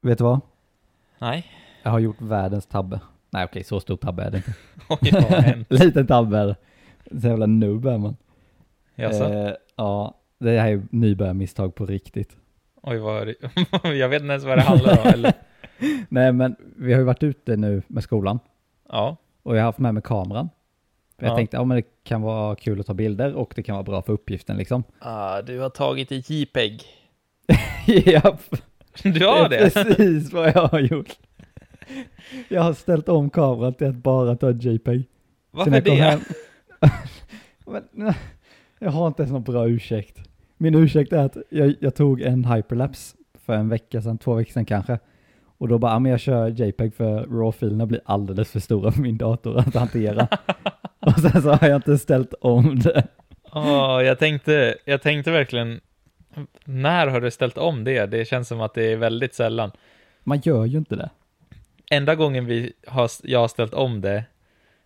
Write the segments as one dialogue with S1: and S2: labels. S1: Vet du vad?
S2: Nej.
S1: Jag har gjort världens tabbe. Nej okej, så stor tabbe är det inte.
S2: Oj, vad har hänt?
S1: Liten tabbe är det. Så jävla noob är man.
S2: Jaså?
S1: Eh, ja, det här är nybörjarmisstag på riktigt.
S2: Oj, vad... är det- jag vet inte ens vad det handlar om. Eller...
S1: Nej men, vi har ju varit ute nu med skolan
S2: Ja,
S1: och jag har haft med mig kameran. För jag
S2: Ja.
S1: tänkte, ja men det kan vara kul att ta bilder och det kan vara bra för uppgiften liksom.
S2: Ah, du har tagit i JPEG.
S1: Japp,
S2: Du har
S1: det är
S2: det?
S1: precis vad jag har gjort. Jag har ställt om kameran till att bara ta JPEG. Sen
S2: Varför
S1: när jag kom
S2: det?
S1: hem- Men, jag har inte ens någon bra ursäkt. Min ursäkt är att jag, jag tog en hyperlapse för en vecka sedan, två veckor sedan kanske. Och då bara, ja, men jag kör JPEG för RAW-filerna blir alldeles för stora för min dator att hantera. och sen så har jag inte ställt om det.
S2: Åh, jag, tänkte, jag tänkte verkligen, när har du ställt om det? Det känns som att det är väldigt sällan.
S1: Man gör ju inte det.
S2: Enda gången vi har, jag har ställt om det,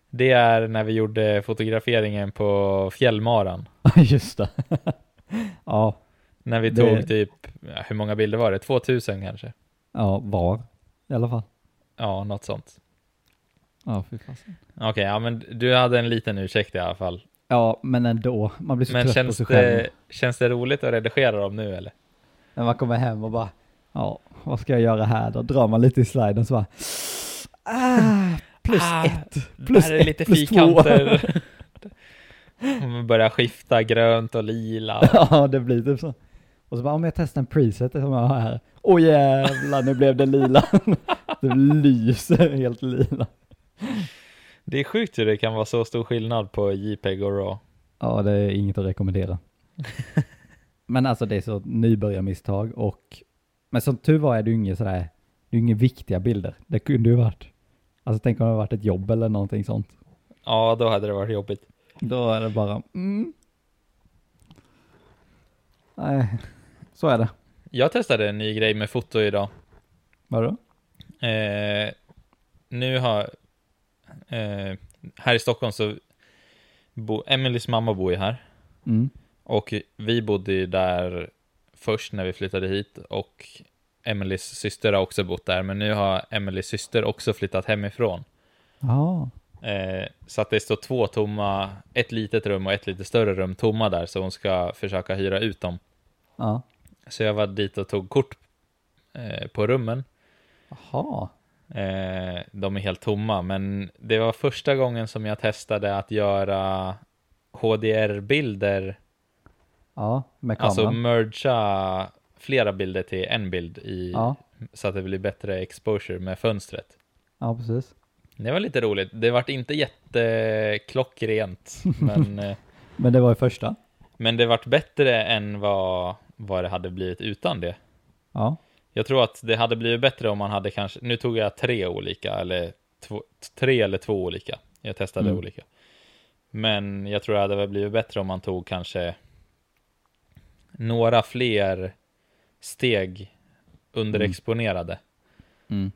S2: det är när vi gjorde fotograferingen på Fjällmaran.
S1: Just det. ja,
S2: När vi
S1: Det-
S2: tog typ, ja, hur många bilder var det? 2000 kanske?
S1: ja, var i alla fall.
S2: Ja, något sånt.
S1: Ja, fy fasen.
S2: Okej, ja men du hade en liten ursäkt i alla fall.
S1: Ja, men ändå. Man blir så
S2: Men
S1: trött på
S2: känns
S1: sig själv.
S2: det, känns det roligt att redigera dem nu eller?
S1: När man kommer hem och bara, ja, vad ska jag göra här då? Drar man lite i sliden så bara, ah, plus
S2: Ah,
S1: ett, plus
S2: Här är
S1: ett,
S2: lite
S1: plus två.
S2: fikanter. Man Börjar skifta grönt och lila.
S1: ja, det blir typ så. Och så bara, om jag testar en preset som jag har här. Åh jävlar, nu blev det lila. det lyser helt lila.
S2: Det är sjukt hur det kan vara så stor skillnad på JPEG och RAW.
S1: Ja, det är inget att rekommendera. Men alltså det är så nybörjarmisstag och, men som tur var är det ju inga sådär, det är ju inga viktiga bilder. Det kunde ju varit, alltså tänk om det hade varit ett jobb eller någonting sånt.
S2: Ja, då hade det varit jobbigt.
S1: Då är det bara mm. Nej, så är det.
S2: Jag testade en ny grej med foto idag.
S1: Vadå?
S2: Eh, nu har... Eh, här i Stockholm så... Bo, Emelies mamma bor ju här.
S1: Mm.
S2: Och vi bodde ju där först när vi flyttade hit och Emelies syster har också bott där, men nu har Emelies syster också flyttat hemifrån.
S1: Ja,
S2: Eh, så att det står två tomma, ett litet rum och ett lite större rum tomma där, så hon ska försöka hyra ut dem.
S1: ja.
S2: Så jag var dit och tog kort eh, på rummen.
S1: Jaha.
S2: Eh, de är helt tomma, men det var första gången som jag testade att göra HDR-bilder
S1: Ja, med kameran.
S2: Alltså mergea flera bilder till en bild i,
S1: ja,
S2: så att det blir bättre exposure med fönstret.
S1: ja, precis.
S2: Det var lite roligt. Det vart inte jätteklockrent, men, eh,
S1: Men det var ju första.
S2: men det vart bättre än vad, vad det hade blivit utan det.
S1: Ja,
S2: Jag tror att det hade blivit bättre om man hade kanske, nu tog jag tre olika, eller två, tre eller två olika. Jag testade
S1: Mm.
S2: olika. Men jag tror att det hade blivit bättre om man tog kanske några fler steg underexponerade.
S1: Mm.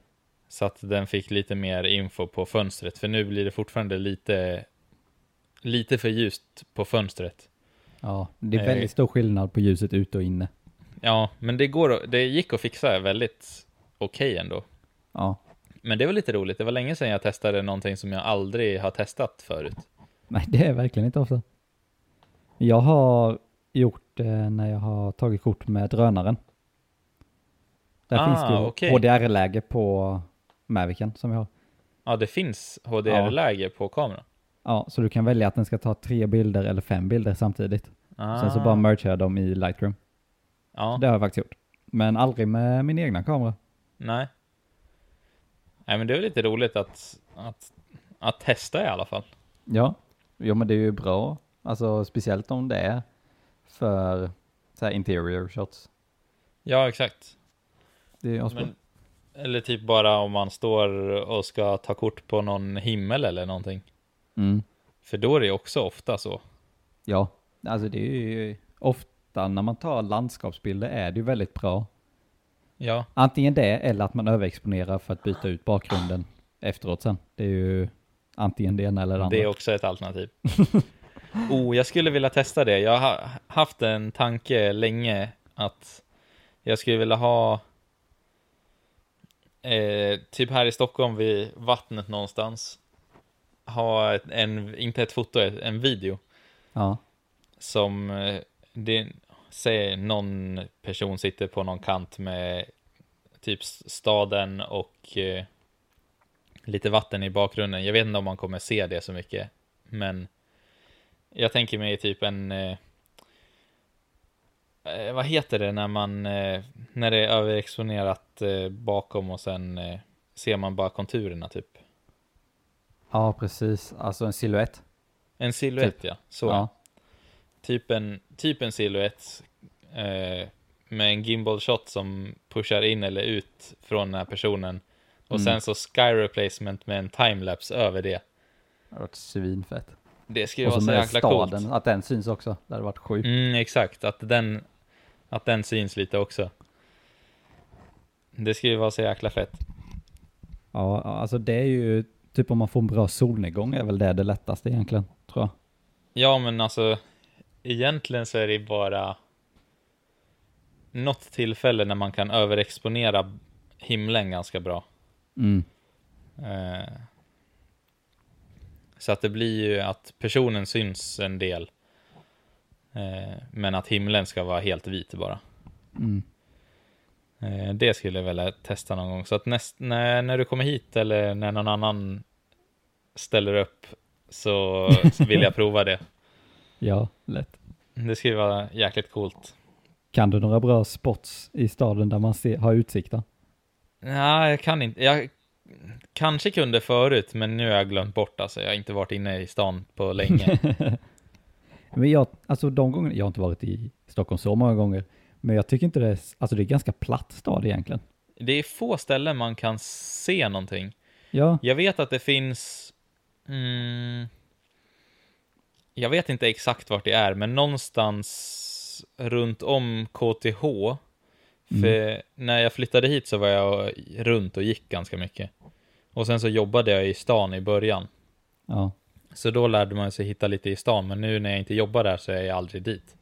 S2: Så att den fick lite mer info på fönstret, för nu blir det fortfarande lite, lite för ljust på fönstret.
S1: ja. Det är
S2: Eh.
S1: väldigt stor skillnad på ljuset ute och inne.
S2: Ja, men det, går, att- det gick att fixa väldigt okej ändå.
S1: Ja,
S2: Men det var lite roligt. Det var länge sedan jag testade någonting som jag aldrig har testat förut.
S1: nej det är verkligen inte ofta. Jag har gjort det när jag har tagit kort med drönaren. Där
S2: Ah,
S1: finns det ju
S2: okej.
S1: HDR-läge på Mavicen som jag har.
S2: Ja, det finns HDR-läge på kameran.
S1: Ja, så du kan välja att den ska ta tre bilder eller fem bilder samtidigt.
S2: Ah.
S1: Sen så bara mergear jag dem i Lightroom.
S2: ja,
S1: Det har jag faktiskt gjort. Men aldrig med min egna kamera.
S2: nej. Nej, men det var lite roligt att, att, att testa i alla fall.
S1: Ja, jo men det är ju bra. Alltså speciellt om det är för så här interior shots.
S2: Ja, exakt.
S1: Det är ju asbra.
S2: Men, eller typ bara om man står och ska ta kort på någon himmel eller någonting.
S1: Mm.
S2: För då är det också ofta så.
S1: Ja, alltså det är ju ofta när man tar landskapsbilder är det ju väldigt bra.
S2: Ja,
S1: Antingen det eller att man överexponerar för att byta ut bakgrunden efteråt sen. Det är ju antingen det ena eller det andra.
S2: det är också ett alternativ. oh, jag skulle vilja testa det. Jag har haft en tanke länge att jag skulle vilja ha eh, typ här i Stockholm vid vattnet någonstans, ha ett, en, inte ett foto, ett- en video
S1: Ja,
S2: som, eh, det, säg någon person sitter på någon kant med typ s- staden och eh, lite vatten i bakgrunden. Jag vet inte om man kommer se det så mycket, men jag tänker mig typ en, eh, eh, vad heter det när man, eh, när det är överexponerat eh, bakom och sen eh, ser man bara konturerna typ.
S1: ja precis. Alltså en siluett.
S2: En silhuett ja, så.
S1: Ja.
S2: typ en, typ en silhuett eh, med en gimbal shot som pushar in eller ut från den här personen. Och
S1: Mm.
S2: sen så sky replacement med en timelapse över det.
S1: Det hade varit svinfett.
S2: Det skulle
S1: Och
S2: vara
S1: så
S2: så
S1: med
S2: jäkla
S1: staden,
S2: coolt.
S1: att den syns också. Det hade varit sjukt.
S2: Mm, exakt, att den, att den syns lite också. Det skulle ju vara så jäkla fett.
S1: Ja, ja, alltså det är ju typ om man får en bra solnedgång är väl det det lättaste egentligen, tror jag.
S2: Ja, men alltså egentligen så är det bara något tillfälle när man kan överexponera himlen ganska bra.
S1: Mm.
S2: Eh, Så att det blir ju att personen syns en del. Eh, Men att himlen ska vara helt vit bara.
S1: Mm.
S2: Eh, Det skulle jag vilja testa någon gång. Så att näst, när, när du kommer hit eller när någon annan ställer upp så vill jag prova det.
S1: Ja, lätt.
S2: Det skulle vara jäkligt coolt.
S1: Kan du några bra spots i staden där man ser, har utsikten?
S2: Nej, jag kan inte. Jag kanske kunde förut, men nu har jag glömt bort. Alltså, jag har inte varit inne i stan på länge.
S1: Men jag, alltså de gångerna, jag har inte varit i Stockholm så många gånger, men jag tycker inte det är, alltså det är ganska platt stad egentligen.
S2: Det är få ställen man kan se någonting.
S1: Ja,
S2: Jag vet att det finns... Mm, jag vet inte exakt vart det är, men någonstans runt om KTH. För när jag flyttade hit så var jag runt och gick ganska mycket. Och sen så jobbade jag i stan i början.
S1: ja,
S2: Så då lärde man sig hitta lite i stan, men nu när jag inte jobbar där så är jag aldrig dit.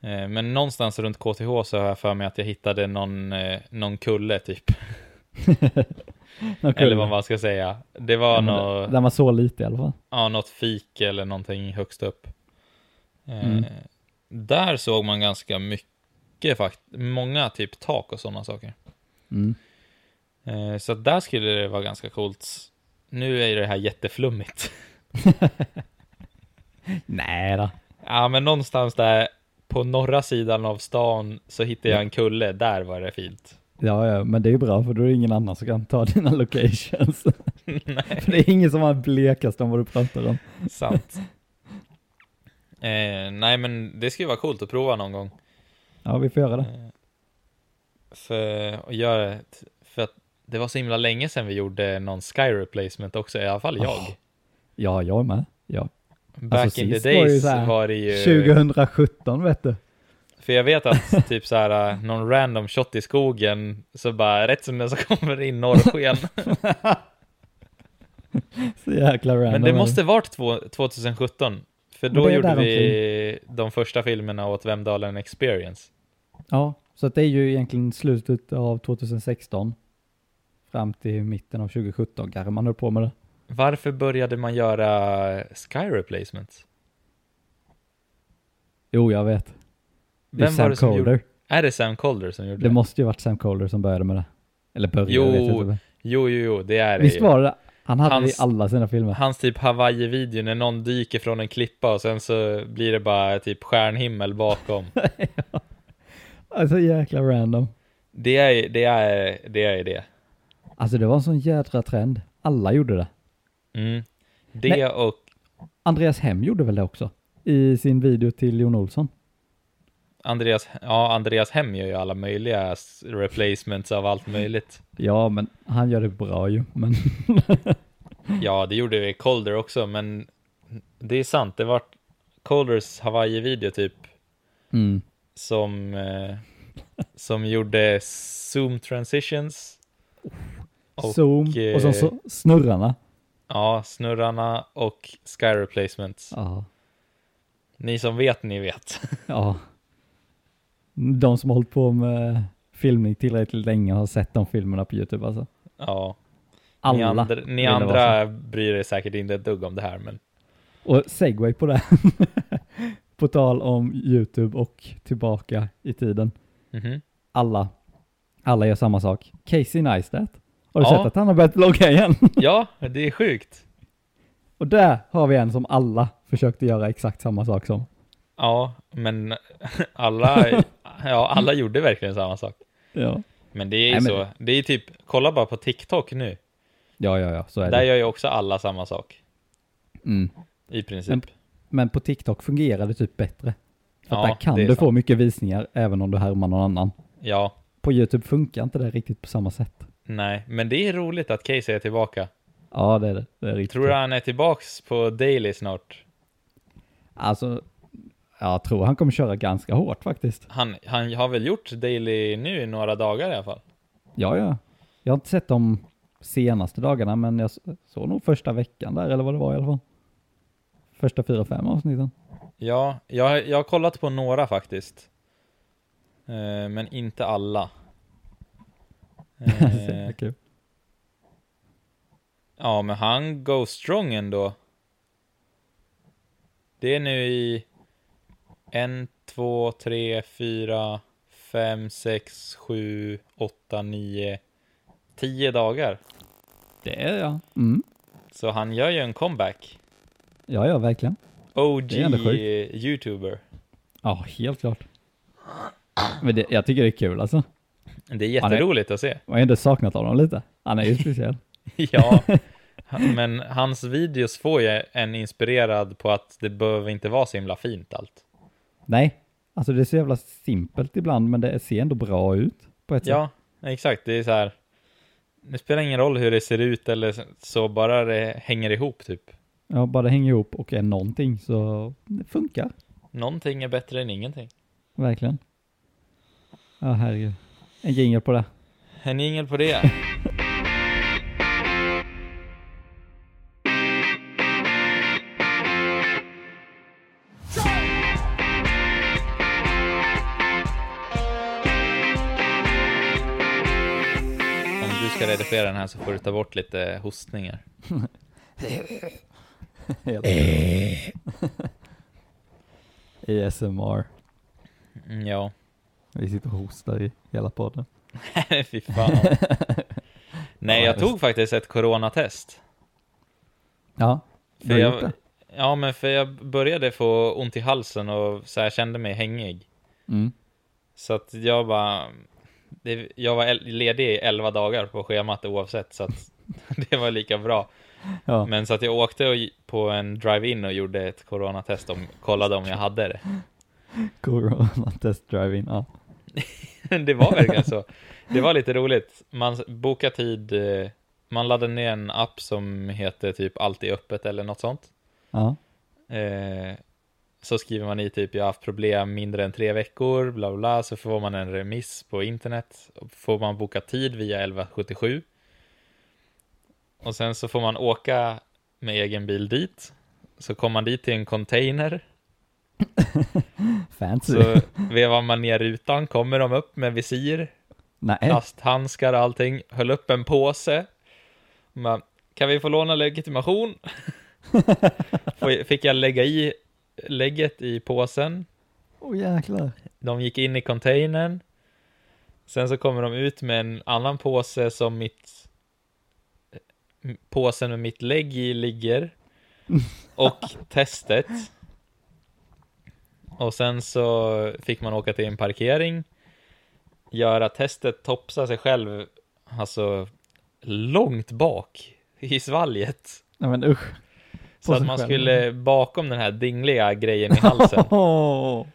S2: Eh, men någonstans runt KTH så har jag för mig att jag hittade någon, eh, någon kulle typ. Eller vad man ska säga. Det var
S1: Ja, men
S2: nå-
S1: där- Där man såg lite i alla fall.
S2: ja, något fik eller någonting högst upp. Eh,
S1: Mm.
S2: Där såg man ganska mycket faktiskt. Många typ tak och sådana saker.
S1: Mm.
S2: Eh, så att där skulle det vara ganska coolt. Nu är ju det här jätteflummigt.
S1: Nej då.
S2: ja, men någonstans där på norra sidan av stan så hittade jag en kulle. Där var det fint.
S1: Ja, ja, men det är ju bra för då är det ingen annan som kan ta dina locations. För det är ingen som har blekast om vad du pratar om.
S2: Sant. Eh, nej, men det skulle vara coolt att prova någon gång.
S1: Ja, vi får göra det.
S2: Eh, För att göra ett- för att det var så himla länge sedan vi gjorde någon sky replacement också, i alla fall jag.
S1: Oh, Ja, jag är med. Ja.
S2: Back
S1: alltså,
S2: in the
S1: sist var ju
S2: days
S1: så
S2: var,
S1: här,
S2: det ju...
S1: 2017 vet du.
S2: För jag vet att typ så här eh, någon random shot i skogen, så bara rätt som det är så kommer det in norrsken.
S1: Så jäkla random.
S2: Men det
S1: är
S2: måste varit två, 2017. För
S1: Men
S2: då
S1: det är
S2: gjorde
S1: där
S2: vi de första filmerna åt Vemdalen Experience.
S1: Ja, så att det är ju egentligen slutet av 2016 fram till mitten av 2017 kanske man höll på med det.
S2: Varför började man göra sky replacements?
S1: Jo, jag vet. Det är
S2: Vem var
S1: Sam
S2: det som gjorde?
S1: Colder.
S2: Är det Sam Colder som gjorde
S1: Det måste ju varit Sam Colder som började med det. Eller började,
S2: Jo,
S1: vet jag inte.
S2: Jo, jo, jo, det är det
S1: Visst
S2: ju.
S1: var det Han hade det i
S2: Hans-
S1: alla sina filmer.
S2: Hans typ Hawaii-video när någon dyker från en klippa och sen så blir det bara typ stjärnhimmel bakom.
S1: Alltså jäkla random.
S2: det är det. Är, det, är det.
S1: Alltså det var en sån jädra trend. Alla gjorde det.
S2: Mm. Det
S1: Nej.
S2: och...
S1: Andreas Hem gjorde väl det också? I sin video till Jon Olsson.
S2: Andreas, ja, Andreas Hem gör ju alla möjliga s- replacements av allt möjligt.
S1: Ja, men han gör det bra ju. Men
S2: Ja, det gjorde vi i Colder också, men det är sant. Det var Colders Hawaii-video typ
S1: mm.
S2: som, eh, som gjorde zoom transitions. Och,
S1: Zoom och eh, sen så snurrarna.
S2: Ja, snurrarna och sky replacements.
S1: Ja.
S2: Ni som vet, ni vet.
S1: ja. De som har hållit på med filmning tillräckligt länge och har sett de filmerna på YouTube alltså.
S2: Ja. Ni
S1: Alla.
S2: andra, ni
S1: det vara
S2: andra bryr er säkert inte ett dugg om det här, men
S1: Och segway på det. på tal om YouTube och tillbaka i tiden.
S2: mhm.
S1: Alla, alla gör samma sak. Casey Neistat. Har du
S2: Ja.
S1: sett att han har börjat vlogga igen?
S2: ja, det är sjukt.
S1: och där har vi en som alla försökte göra exakt samma sak som.
S2: Ja, men alla, ja, alla gjorde verkligen samma sak.
S1: Ja,
S2: Men det är ju
S1: Nej, men-
S2: så. Det är typ, kolla bara på TikTok nu.
S1: ja, ja, ja så är
S2: Där
S1: det.
S2: gör ju också alla samma sak.
S1: Mm.
S2: I princip.
S1: Men- Men på TikTok fungerar det typ bättre. För att
S2: Ja,
S1: där kan
S2: det är
S1: du få
S2: sant.
S1: mycket visningar även om du härmar någon annan.
S2: Ja,
S1: På YouTube funkar inte det riktigt på samma sätt.
S2: nej. Men det är roligt att Casey är tillbaka.
S1: Ja, det är det. det är riktigt.
S2: Tror du han är tillbaks på Daily snart?
S1: Alltså, jag tror han kommer köra ganska hårt faktiskt.
S2: Han, han har väl gjort Daily nu i några dagar i alla fall?
S1: Ja, ja. Jag har inte sett de senaste dagarna, men jag s- såg nog första veckan där, eller vad det var i alla fall. Första fyra, fem avsnitten.
S2: Ja, jag, jag har kollat på några faktiskt. Eh, men inte alla.
S1: Så
S2: Eh,
S1: jävla kul.
S2: ja, men han go strong ändå. Det är nu i en, två, tre, fyra, fem, sex, sju, åtta, nio, tio dagar.
S1: Det är jag. Mm.
S2: Så han gör ju en comeback.
S1: Ja, ja, verkligen. Det är ändå sjukt.
S2: OG-youtuber.
S1: Ja, helt klart. Men det, jag tycker det är kul alltså.
S2: Det är
S1: Han är-
S2: jätteroligt att se.
S1: Jag har ändå saknat honom lite. Han är ju speciell.
S2: Ja, men hans videos får ju en inspirerad på att det behöver inte vara så himla fint allt.
S1: Nej, alltså det är så jävla simpelt ibland, men det ser ändå bra ut på ett sätt.
S2: Ja, exakt. Det är så här. Det spelar ingen roll hur det ser ut eller så, bara det hänger ihop typ.
S1: Ja, bara det hänger ihop och är någonting så det funkar.
S2: Någonting är bättre än ingenting.
S1: Verkligen. Ja, herregud. En jingel på det.
S2: En jingel på det. Om du ska redigera den här så får du ta bort lite hostningar.
S1: ASMR.
S2: Mm, ja,
S1: Vi sitter och hostar i hela podden.
S2: fy fan. Nej, jag tog faktiskt ett coronatest.
S1: Ja,
S2: För
S1: du har
S2: jag-
S1: gjort det.
S2: Ja, men för jag började få ont i halsen och så här kände mig hängig.
S1: Mm.
S2: Så att jag bara... Det, jag var el- ledig i 11 dagar på schemat oavsett, så att det var lika bra.
S1: Ja.
S2: Men så att jag åkte och, gi- på en drive-in och gjorde ett coronatest och kollade om jag hade det.
S1: Corona test driving. Ja.
S2: Det var verkligen så. Det var lite roligt. Man s- bokar tid, eh, man laddade ner en app som heter typ Alltid öppet eller något sånt.
S1: ja.
S2: Eh, så skriver man i typ jag har haft problem mindre än tre veckor, bla bla, bla, så får man en remiss på internet. Får man boka tid via 1177. Och sen så får man åka med egen bil dit. Så kommer man dit till en container,
S1: Fancy.
S2: så vevar man ner rutan, kommer de upp med visir,
S1: Nej.
S2: plasthandskar och allting, höll upp en påse. Man, kan vi få låna legitimation? Får- Fick jag lägga i lägget i påsen.
S1: Åh jäklar.
S2: De gick in i containern. Sen så kommer de ut med en annan påse som mitt m- påsen med mitt lägg i ligger. Och testet. Och sen så fick man åka till en parkering. Göra testet, topsa sig själv, alltså långt bak i svalget.
S1: Nej men usch.
S2: Så
S1: På
S2: att
S1: sig
S2: man
S1: själv.
S2: skulle bakom den här dingliga grejen i halsen.
S1: Åh.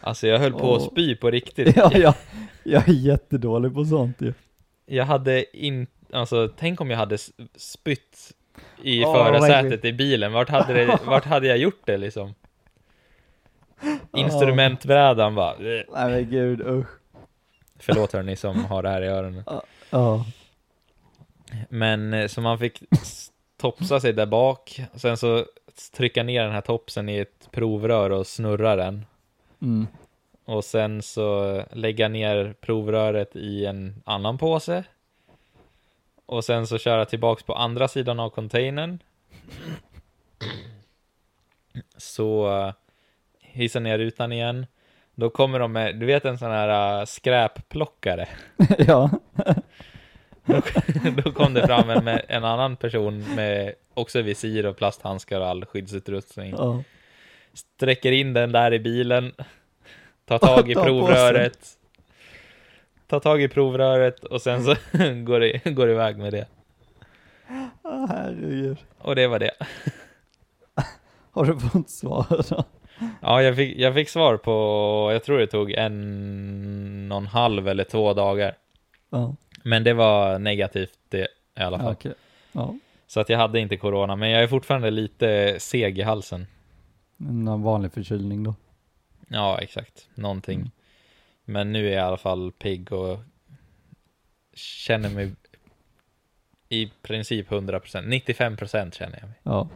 S2: Alltså jag höll på att
S1: Åh.
S2: spy på riktigt.
S1: Ja, ja. Jag är jättedålig på sånt ju.
S2: Jag hade inte, alltså tänk om jag hade s- spytt i
S1: Åh, vad
S2: förarsätet
S1: äckligt.
S2: i bilen. Vart hade, det, vart hade jag gjort det liksom? Instrumentbrädan bara, "Bleh."
S1: Nej men gud, usch.
S2: förlåt hörni som har det här i öronen.
S1: Ja.
S2: Men eh, så man fick s- topsa sig där bak, sen så trycka ner den här topsen i ett provrör och snurra den.
S1: Mm.
S2: och sen så lägga ner provröret i en annan påse och sen så köra tillbaks på andra sidan av containern. Så eh, hissa ner rutan igen. Då kommer de med, du vet en sån här eh, skräpplockare.
S1: ja.
S2: Då kom det fram en, med, en annan person med också visir och plasthandskar och all skyddsutrustning.
S1: ja.
S2: Sträcker in den där i bilen. Tar tag i
S1: Ta på sig.
S2: provröret. Tar tag i provröret och sen så går det, går det iväg med det.
S1: Ah, herregud.
S2: Och det var det.
S1: Har du fått svar då?
S2: Ja, jag fick, jag fick svar på, jag tror det tog en och en halv eller två dagar.
S1: Ja,
S2: Men det var negativt det i alla fall.
S1: ja okej. Ja.
S2: Så att jag hade inte corona, men jag är fortfarande lite seg i halsen.
S1: En vanlig förkylning då.
S2: Ja, exakt. Någonting.
S1: Mm.
S2: Men nu är jag i alla fall pigg och känner mig i princip 100%. 95% känner jag mig.
S1: Ja.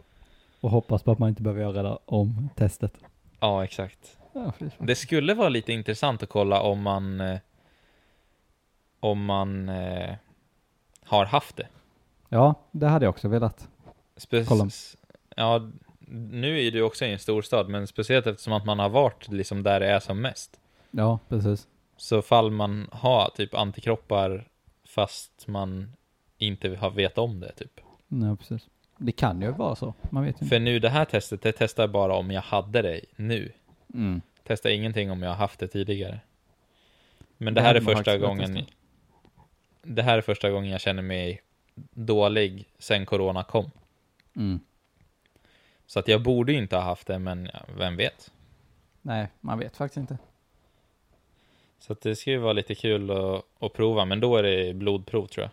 S1: Och hoppas på att man inte behöver göra det om testet.
S2: Ja, exakt.
S1: Ja, fy fan.
S2: Det skulle vara lite intressant att kolla om man eh, om man eh, har haft det.
S1: ja, det hade jag också velat.
S2: Spe-
S1: Kolla.
S2: s- Ja, nu är du också i en storstad, men speciellt eftersom att man har varit liksom där det är som mest.
S1: Ja, precis.
S2: Så fall man har typ antikroppar fast man inte har- vet om det typ.
S1: Nej, precis. Det kan ju vara så. Man vet ju inte.
S2: För nu det här testet, det testar bara om jag hade det nu.
S1: Mm.
S2: Testar ingenting om jag har haft det tidigare. Men
S1: Det
S2: det här är
S1: hade man
S2: första
S1: faktiskt velat
S2: gången
S1: testa.
S2: det här är första gången jag känner mig dålig sen corona kom.
S1: Mm.
S2: Så att jag borde ju inte ha haft det, men ja, vem vet?
S1: Nej, man vet faktiskt inte.
S2: Så att det ska ju vara lite kul att, att prova, men då är det blodprov tror jag.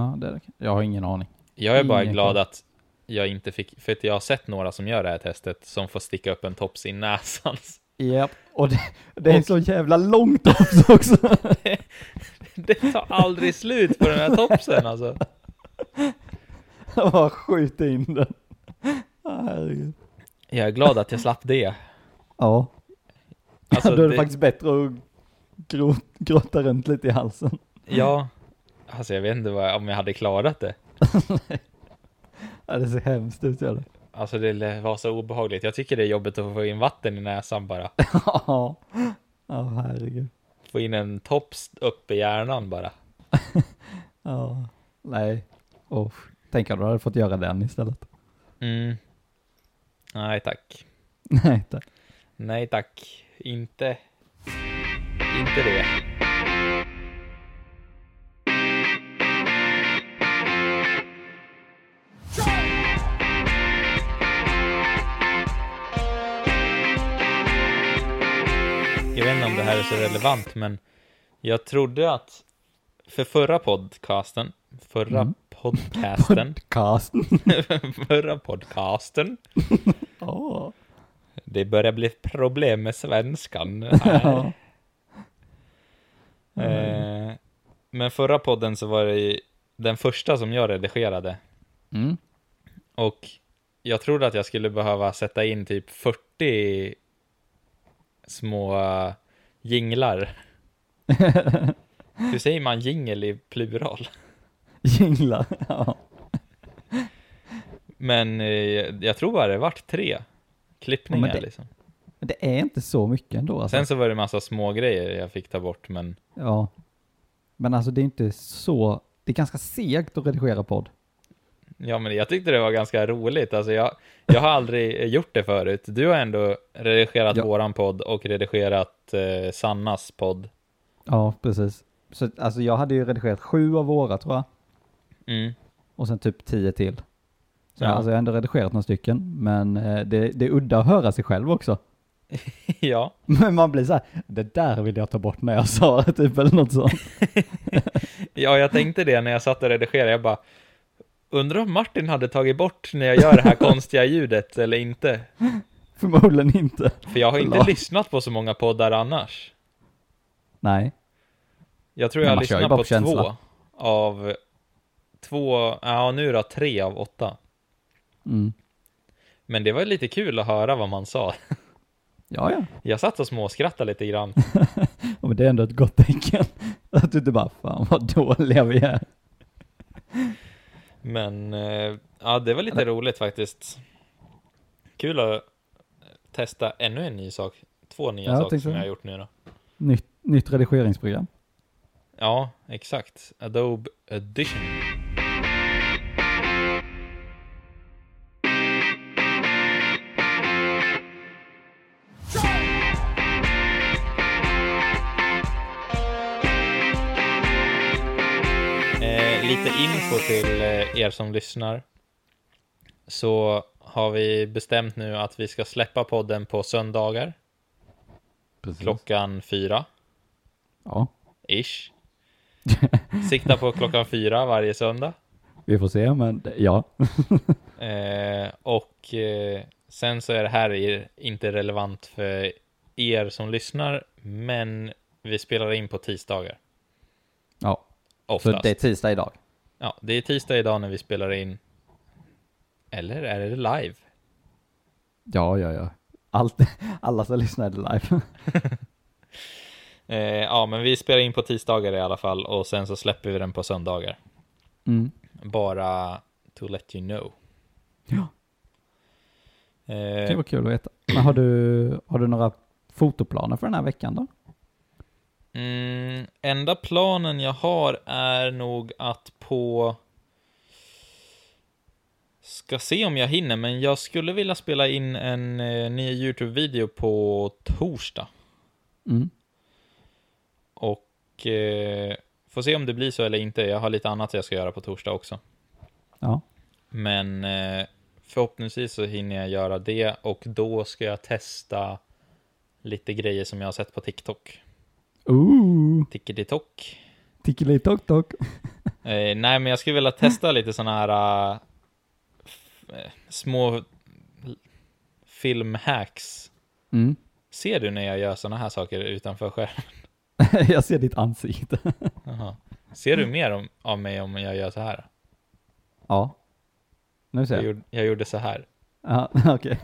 S1: Ja, det är det. Jag har ingen aning.
S2: Jag är bara
S1: Ingen
S2: glad
S1: koll.
S2: att jag inte fick, för att jag har sett några som gör det här testet som får sticka upp en tops i näsan.
S1: Japp. Och det, det är så jävla långt också. också.
S2: Det tar aldrig slut på den här topsen alltså.
S1: Jag bara skjuter in den. Ah, herregud.
S2: Jag är glad att jag slapp det.
S1: Ja,
S2: Alltså,
S1: då är det,
S2: det-
S1: faktiskt bättre att grot, grotta runt lite i halsen.
S2: Ja, alltså jag vet inte vad, om jag hade klarat det.
S1: Ja, det ser hemskt ut gör det.
S2: Alltså det lär vara så obehagligt. Jag tycker det är jobbigt att få in vatten i näsan bara.
S1: Ja, Ja, herregud.
S2: Få in en tops upp i hjärnan bara.
S1: Ja, nej. Oh, tänk om du hade fått göra den istället.
S2: Mm. Nej tack.
S1: Nej, tack.
S2: Nej tack. Inte. Inte det. Jag vet inte om det här är så relevant, men jag trodde att för förra podcasten, förra
S1: Mm.
S2: podcasten,
S1: Podcasten.
S2: förra podcasten,
S1: Ja.
S2: det börjar bli problem med svenskan här.
S1: Ja.
S2: Eh, men förra podden så var det ju den första som jag redigerade.
S1: Mm.
S2: Och jag trodde att jag skulle behöva sätta in typ 40 små eh, jinglar. Hur säger man jingel i plural?
S1: Jingla. Ja.
S2: Men eh, jag tror bara det vart tre klippningar
S1: Ja, men det-
S2: liksom.
S1: Men det är inte så mycket ändå alltså.
S2: Sen så var det massa små grejer jag fick ta bort, men
S1: Ja. Men alltså det är inte så, det är ganska segt att redigera podd.
S2: Ja, men jag tyckte det var ganska roligt. Alltså, jag, jag har aldrig eh, gjort det förut. Du har ändå redigerat
S1: Ja.
S2: våran podd och redigerat eh, Sannas podd.
S1: Ja, precis. Så att, alltså jag hade ju redigerat sju av våra tror jag.
S2: Mm.
S1: Och sen typ tio till. Så
S2: Ja.
S1: alltså jag har ändå redigerat några stycken, men eh, det, det är udda att höra sig själv också.
S2: ja,
S1: Men man blir så här, det där vill jag ta bort när jag sa det typ eller något sånt.
S2: ja, jag tänkte det när jag satt och redigerade. Jag bara, undrar om Martin hade tagit bort när jag gör det här konstiga ljudet eller inte.
S1: Förmodligen inte.
S2: För jag har inte
S1: Förlåt.
S2: lyssnat på så många poddar annars.
S1: Nej.
S2: Jag tror jag
S1: Men Mm,
S2: har
S1: man kör ju
S2: lyssnat
S1: bara
S2: på,
S1: på känsla.
S2: två av två, ja nu då tre av åtta.
S1: Mm.
S2: Men det var lite kul att höra vad man sa.
S1: Ja, ja.
S2: Jag satt och småskrattade lite grann.
S1: ja men det är ändå ett gott tecken. Att du inte bara, fan vad dåliga vi är.
S2: Men eh, ja, det var lite roligt faktiskt. Kul att testa ännu en ny sak. Två nya
S1: Ja, jag
S2: saker
S1: tänkte
S2: som jag
S1: det.
S2: har gjort nu då.
S1: Nytt, nytt redigeringsprogram.
S2: Ja, exakt. Adobe Edition. Eh, lite info till eh, er som lyssnar. Så har vi bestämt nu att vi ska släppa podden på söndagar
S1: Precis.
S2: klockan fyra
S1: Ja,
S2: ish. Sikta på klockan fyra varje söndag.
S1: vi får se, men det- ja.
S2: Eh, och eh, sen så är det här i- inte relevant för er som lyssnar, men vi spelar in på tisdagar.
S1: Ja, så
S2: Oftast.
S1: det är tisdag idag.
S2: Ja, det är tisdag idag när vi spelar in. Eller är det live?
S1: Ja, ja, ja. Allt, alla som lyssnar är live.
S2: Eh, ja, men vi spelar in på tisdagar i alla fall och sen så släpper vi den på söndagar.
S1: Mm.
S2: Bara to let you know.
S1: Ja. Det
S2: Eh,
S1: var kul att veta. Men har du, har du några fotoplaner för den här veckan då?
S2: Mm, enda planen jag har är nog att på... Ska se om jag hinner, men jag skulle vilja spela in en eh, ny YouTube-video på torsdag.
S1: Mm.
S2: Och eh, får se om det blir så eller inte. Jag har lite annat jag ska göra på torsdag också.
S1: Ja.
S2: Men eh, förhoppningsvis så hinner jag göra det och då ska jag testa lite grejer som jag har sett på TikTok.
S1: Ooh,
S2: TikTok.
S1: tickelitok-tok.
S2: Eh, nej, men jag skulle vilja testa lite sådana här eh, f- eh, små l- filmhacks.
S1: Mm.
S2: Ser du när jag gör sådana här saker utanför skärmen?
S1: Jag ser ditt ansikte.
S2: Jaha. Ser du mer om, av mig om jag gör så här?
S1: Ja. Nu ser
S2: Jag
S1: jag.
S2: gjorde, jag gjorde så här.
S1: Ja, okej.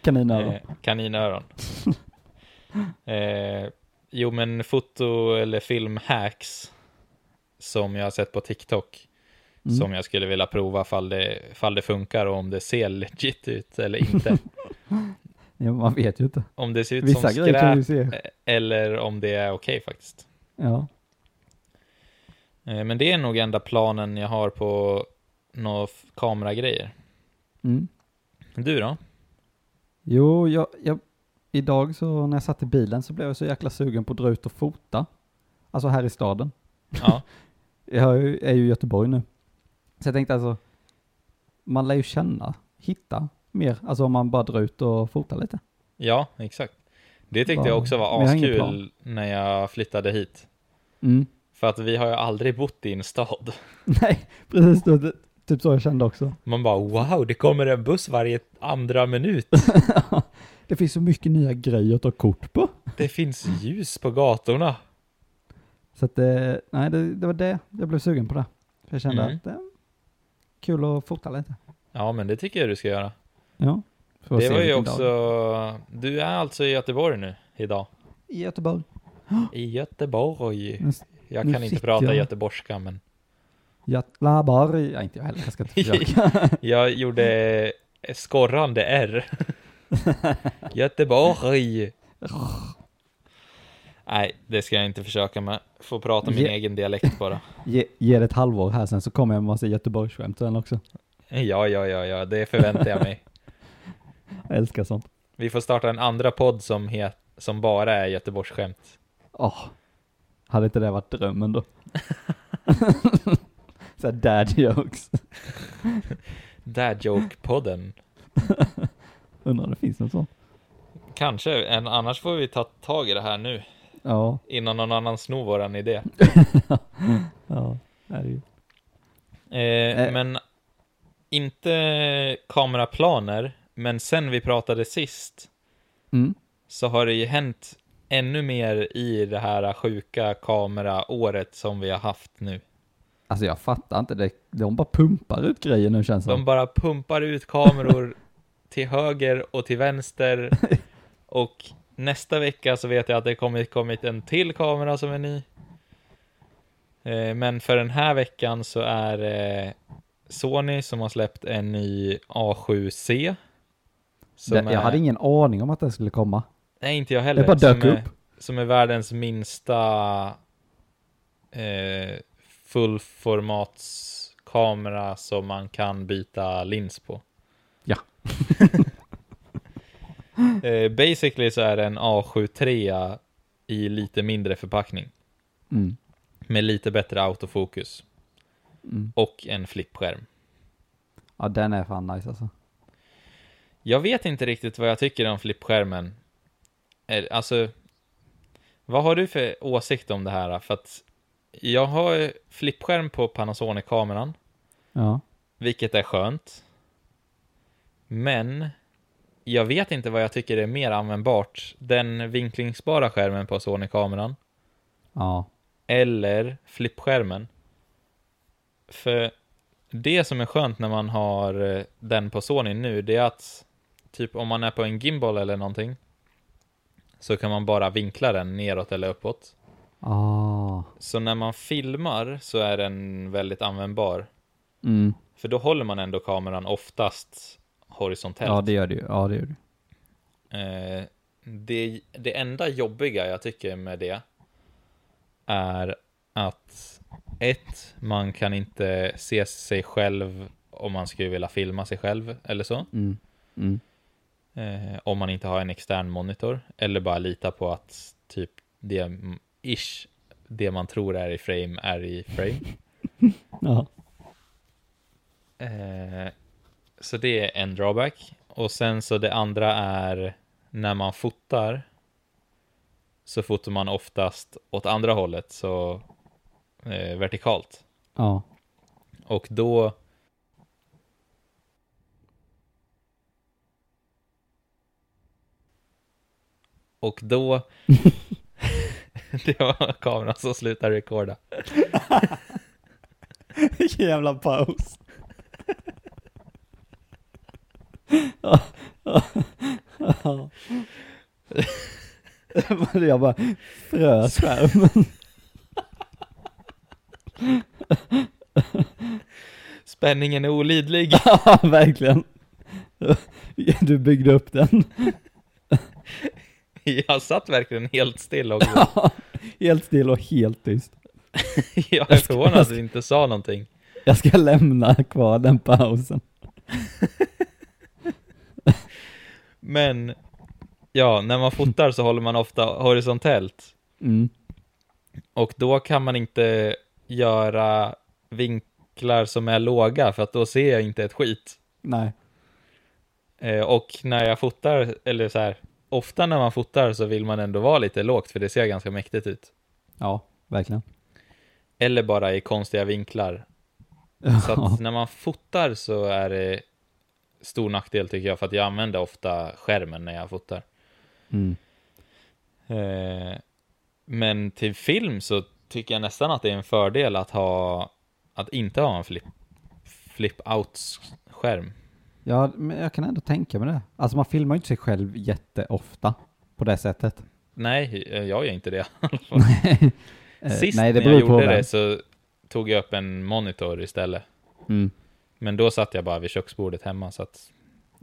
S1: Kaninöron.
S2: Eh, kaninöron. eh, jo, men foto eller filmhacks som jag har sett på TikTok
S1: Mm.
S2: som jag skulle vilja prova fall det, fall det funkar och om det ser legit ut eller inte.
S1: Ja, man vet ju inte.
S2: Om det ser ut
S1: Vissa
S2: som
S1: grejer kan ju
S2: skräp Eh.
S1: se.
S2: eller om det är okej faktiskt.
S1: Ja.
S2: Eh, Men det är nog enda planen jag har på några f- kameragrejer.
S1: Mm.
S2: Du då?
S1: Jo, jag, jag, idag så när jag satt i bilen så blev jag så jäkla sugen på att dra ut och fota. Alltså här i staden.
S2: Ja,
S1: Jag är ju- är ju i Göteborg nu. Så jag tänkte alltså, man lär ju känna, hitta mer, alltså om man bara drar ut och fotar lite.
S2: ja exakt. Det
S1: Ja,
S2: tyckte jag också var
S1: men jag har ingen
S2: askul
S1: plan.
S2: när jag flyttade hit.
S1: Mm.
S2: För att vi har ju aldrig bott i en stad.
S1: Nej, precis, det, det, typ så jag kände också.
S2: Man bara wow, det kommer en buss varje andra minut.
S1: det finns så mycket nya grejer att ta kort på.
S2: Det finns ljus på gatorna.
S1: Så att, eh, nej, det, det var det jag blev sugen på det. För jag kände
S2: Mm.
S1: att det är kul att fota lite.
S2: Ja, men det tycker jag du ska göra.
S1: Ja. Får
S2: Det
S1: se
S2: var ju
S1: vilken dag.
S2: också... Du är alltså i Göteborg nu, idag.
S1: I Göteborg.
S2: I Göteborg.
S1: En s-
S2: Jag
S1: Nu
S2: kan inte
S1: sitter
S2: prata
S1: jag-
S2: göteborgska, men
S1: Götlaborg. Ja, inte jag heller. Jag ska inte försöka.
S2: jag gjorde skorrande R. Göteborg. Nej, det ska jag inte försöka med. Får prata min
S1: Ge-
S2: egen dialekt bara.
S1: Ge, ge det ett halvår här sen så kommer jag med massa Göteborgsskämt sen också.
S2: Ja, ja, ja, ja, det förväntar jag mig.
S1: Jag älskar sånt.
S2: Vi får starta en andra podd som, het, som bara är Göteborgsskämt.
S1: Åh. Hade inte det varit drömmen då? Såhär dad jokes.
S2: Dad Joke-podden.
S1: Undrar om det finns något sånt.
S2: Kanske, en, annars får vi ta tag i det här nu
S1: Ja,
S2: innan någon annan snor våran idé.
S1: ja. Herregud.
S2: Eh, men inte kameraplaner, men sen vi pratade sist
S1: Mm.
S2: så har det ju hänt ännu mer i det här sjuka kameraåret som vi har haft nu.
S1: Alltså jag fattar inte, det, de bara pumpar ut grejer nu känns det
S2: De
S1: som.
S2: bara pumpar ut kameror till höger och till vänster Och nästa vecka så vet jag att det kommit, kommit en till kamera som är ny. Eh, Men för den här veckan så är det Sony som har släppt en ny A7C. som
S1: Det, jag
S2: är-
S1: hade ingen aning om att den skulle komma.
S2: Nej, inte jag heller.
S1: Det bara dök
S2: som
S1: upp.
S2: Är, som är världens minsta eh, fullformatskamera som man kan byta lins på.
S1: Ja.
S2: eh, basically så är det en A73 i lite mindre förpackning
S1: Mm.
S2: med lite bättre autofokus
S1: Mm.
S2: och en flippskärm.
S1: Ja, den är fan nice alltså.
S2: Jag vet inte riktigt vad jag tycker om flippskärmen. Eh, Alltså, vad har du för åsikt om det här? För att jag har ju flippskärm på Panasonic-kameran,
S1: Ja.
S2: vilket är skönt. Men jag vet inte vad jag tycker är mer användbart. Den vinklingsbara skärmen på Sony-kameran
S1: Ja.
S2: eller flippskärmen. För det som är skönt när man har eh, den på Sony nu, det är att typ om man är på en gimbal eller någonting så kan man bara vinkla den neråt eller uppåt.
S1: Ah.
S2: Så när man filmar så är den väldigt användbar.
S1: Mm.
S2: För då håller man ändå kameran oftast horisontellt.
S1: Ja, det gör det ju. Ja, det gör det.
S2: Eh, det, det enda jobbiga jag tycker med det är att ett, man kan inte se sig själv om man skulle vilja filma sig själv eller så.
S1: Mm. Mm.
S2: Eh, om man inte har en extern monitor eller bara lita på att typ det ish det man tror är i frame är i frame.
S1: Ja.
S2: Eh, så det är en drawback. Och sen så det andra är när man fotar så fotar man oftast åt andra hållet, så eh, vertikalt.
S1: Ja.
S2: Och då Och då Det var kameran som slutade rekorda.
S1: Vilken jävla paus. Ja, ja, ja. Jag bara frös skärmen.
S2: Spänningen är olidlig.
S1: Ja, verkligen. Du byggde upp den.
S2: Jag satt verkligen helt still också.
S1: Helt still och helt tyst.
S2: Jag är förvånad att du inte sa någonting.
S1: Jag ska lämna kvar den pausen.
S2: Men ja, när man fotar så håller man ofta horisontellt
S1: Mm.
S2: och då kan man inte göra vinklar som är låga för att då ser jag inte ett skit.
S1: Nej.
S2: Eh, och när jag fotar, eller så här, ofta när man fotar så vill man ändå vara lite lågt för det ser ganska mäktigt ut.
S1: Ja, verkligen.
S2: Eller bara i konstiga vinklar. Så att när man fotar så är det stor nackdel tycker jag för att jag använder ofta skärmen när jag fotar.
S1: Mm.
S2: Eh, men till film så tycker jag nästan att det är en fördel att ha att inte ha en flip, flip out-skärm.
S1: Ja, men jag kan ändå tänka mig det. Alltså man filmar ju inte sig själv jätteofta på det sättet.
S2: Nej, eh, jag gör inte det.
S1: Eh,
S2: Sist
S1: nej, det
S2: när
S1: beror
S2: jag
S1: på
S2: gjorde
S1: vem.
S2: det så tog jag upp en monitor istället.
S1: Mm.
S2: Men då satt jag bara vid köksbordet hemma så att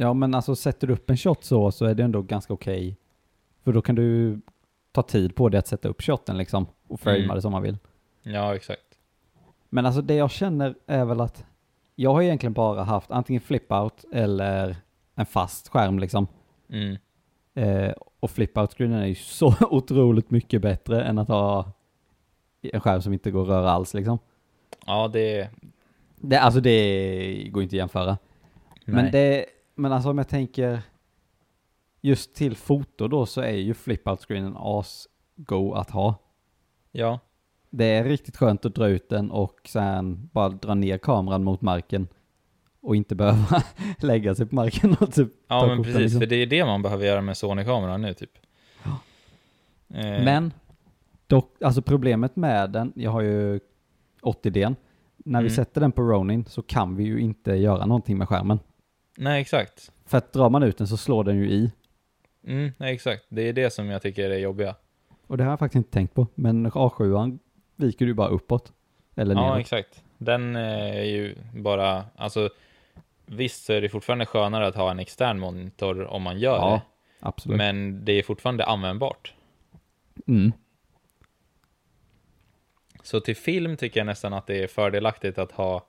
S1: Ja, men alltså sätter du upp en shot så, så är det ändå ganska okej. För då kan du ta tid på dig att sätta upp shoten liksom och framea
S2: Mm.
S1: det som man vill.
S2: ja, exakt.
S1: Men alltså det jag känner är väl att jag har egentligen bara haft antingen flip-out eller en fast skärm liksom.
S2: Mm.
S1: Eh, och flip-out-screenen är ju så otroligt mycket bättre än att ha en skärm som inte går att röra alls liksom.
S2: Ja, det...
S1: Det, alltså det går inte att jämföra. Men,
S2: nej.
S1: det, men alltså om jag tänker just till foto då så är ju flip-out-screenen asgo att ha.
S2: Ja,
S1: Det är riktigt skönt att dra ut den och sen bara dra ner kameran mot marken och inte behöva lägga sig på marken och typ
S2: ja
S1: ta
S2: men
S1: korten,
S2: precis.
S1: liksom.
S2: För det är det man behöver göra med Sony-kameran nu typ. Eh,
S1: Men, dock, alltså problemet med den, jag har ju 80Dn, när vi
S2: Mm.
S1: sätter den på Ronin så kan vi ju inte göra någonting med skärmen.
S2: Nej, exakt.
S1: För att drar man ut den så slår den ju i
S2: Mm, nej, exakt. Det är det som jag tycker är jobbiga.
S1: Och det har jag faktiskt inte tänkt på, men A7 viker ju bara uppåt. Eller
S2: ja,
S1: neråt.
S2: exakt. Den eh, är ju bara, alltså visst så är det fortfarande skönare att ha en extern monitor om man gör
S1: Ja,
S2: det,
S1: absolut.
S2: men det är fortfarande användbart.
S1: Mm.
S2: Så till film tycker jag nästan att det är fördelaktigt att ha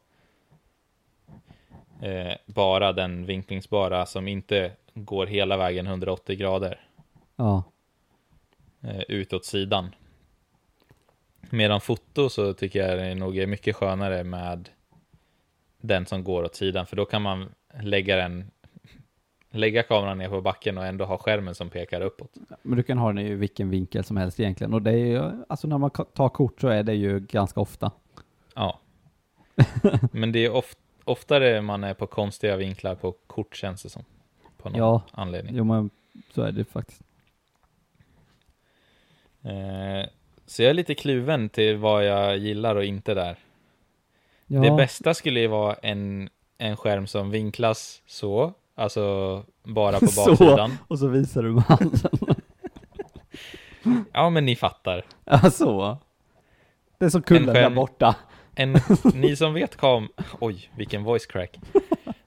S2: eh, bara den vinklingsbara som inte går hela vägen 180 grader
S1: Ja,
S2: eh, utåt sidan. Medan foto så tycker jag det nog är mycket skönare med den som går åt sidan, för då kan man lägga den lägga kameran ner på backen och ändå ha skärmen som pekar uppåt.
S1: men du kan ha den i vilken vinkel som helst egentligen. Och det är ju, alltså när man ka- tar kort så är det ju ganska ofta.
S2: Ja. Men det är of- oftare man är på konstiga vinklar på kort känns det som. På någon
S1: Ja.
S2: anledning.
S1: Jo, men så är det faktiskt.
S2: Eh, så jag är lite kluven till vad jag gillar och inte där.
S1: Ja,
S2: Det bästa skulle ju vara en, en skärm som vinklas så, alltså bara på
S1: Så.
S2: baksidan.
S1: och så visar du alltså. med handen.
S2: Ja, men ni fattar.
S1: ja, så. Alltså. Det är som kullen där
S2: skön-
S1: borta.
S2: En, ni som vet kam... Oj, vilken voice crack.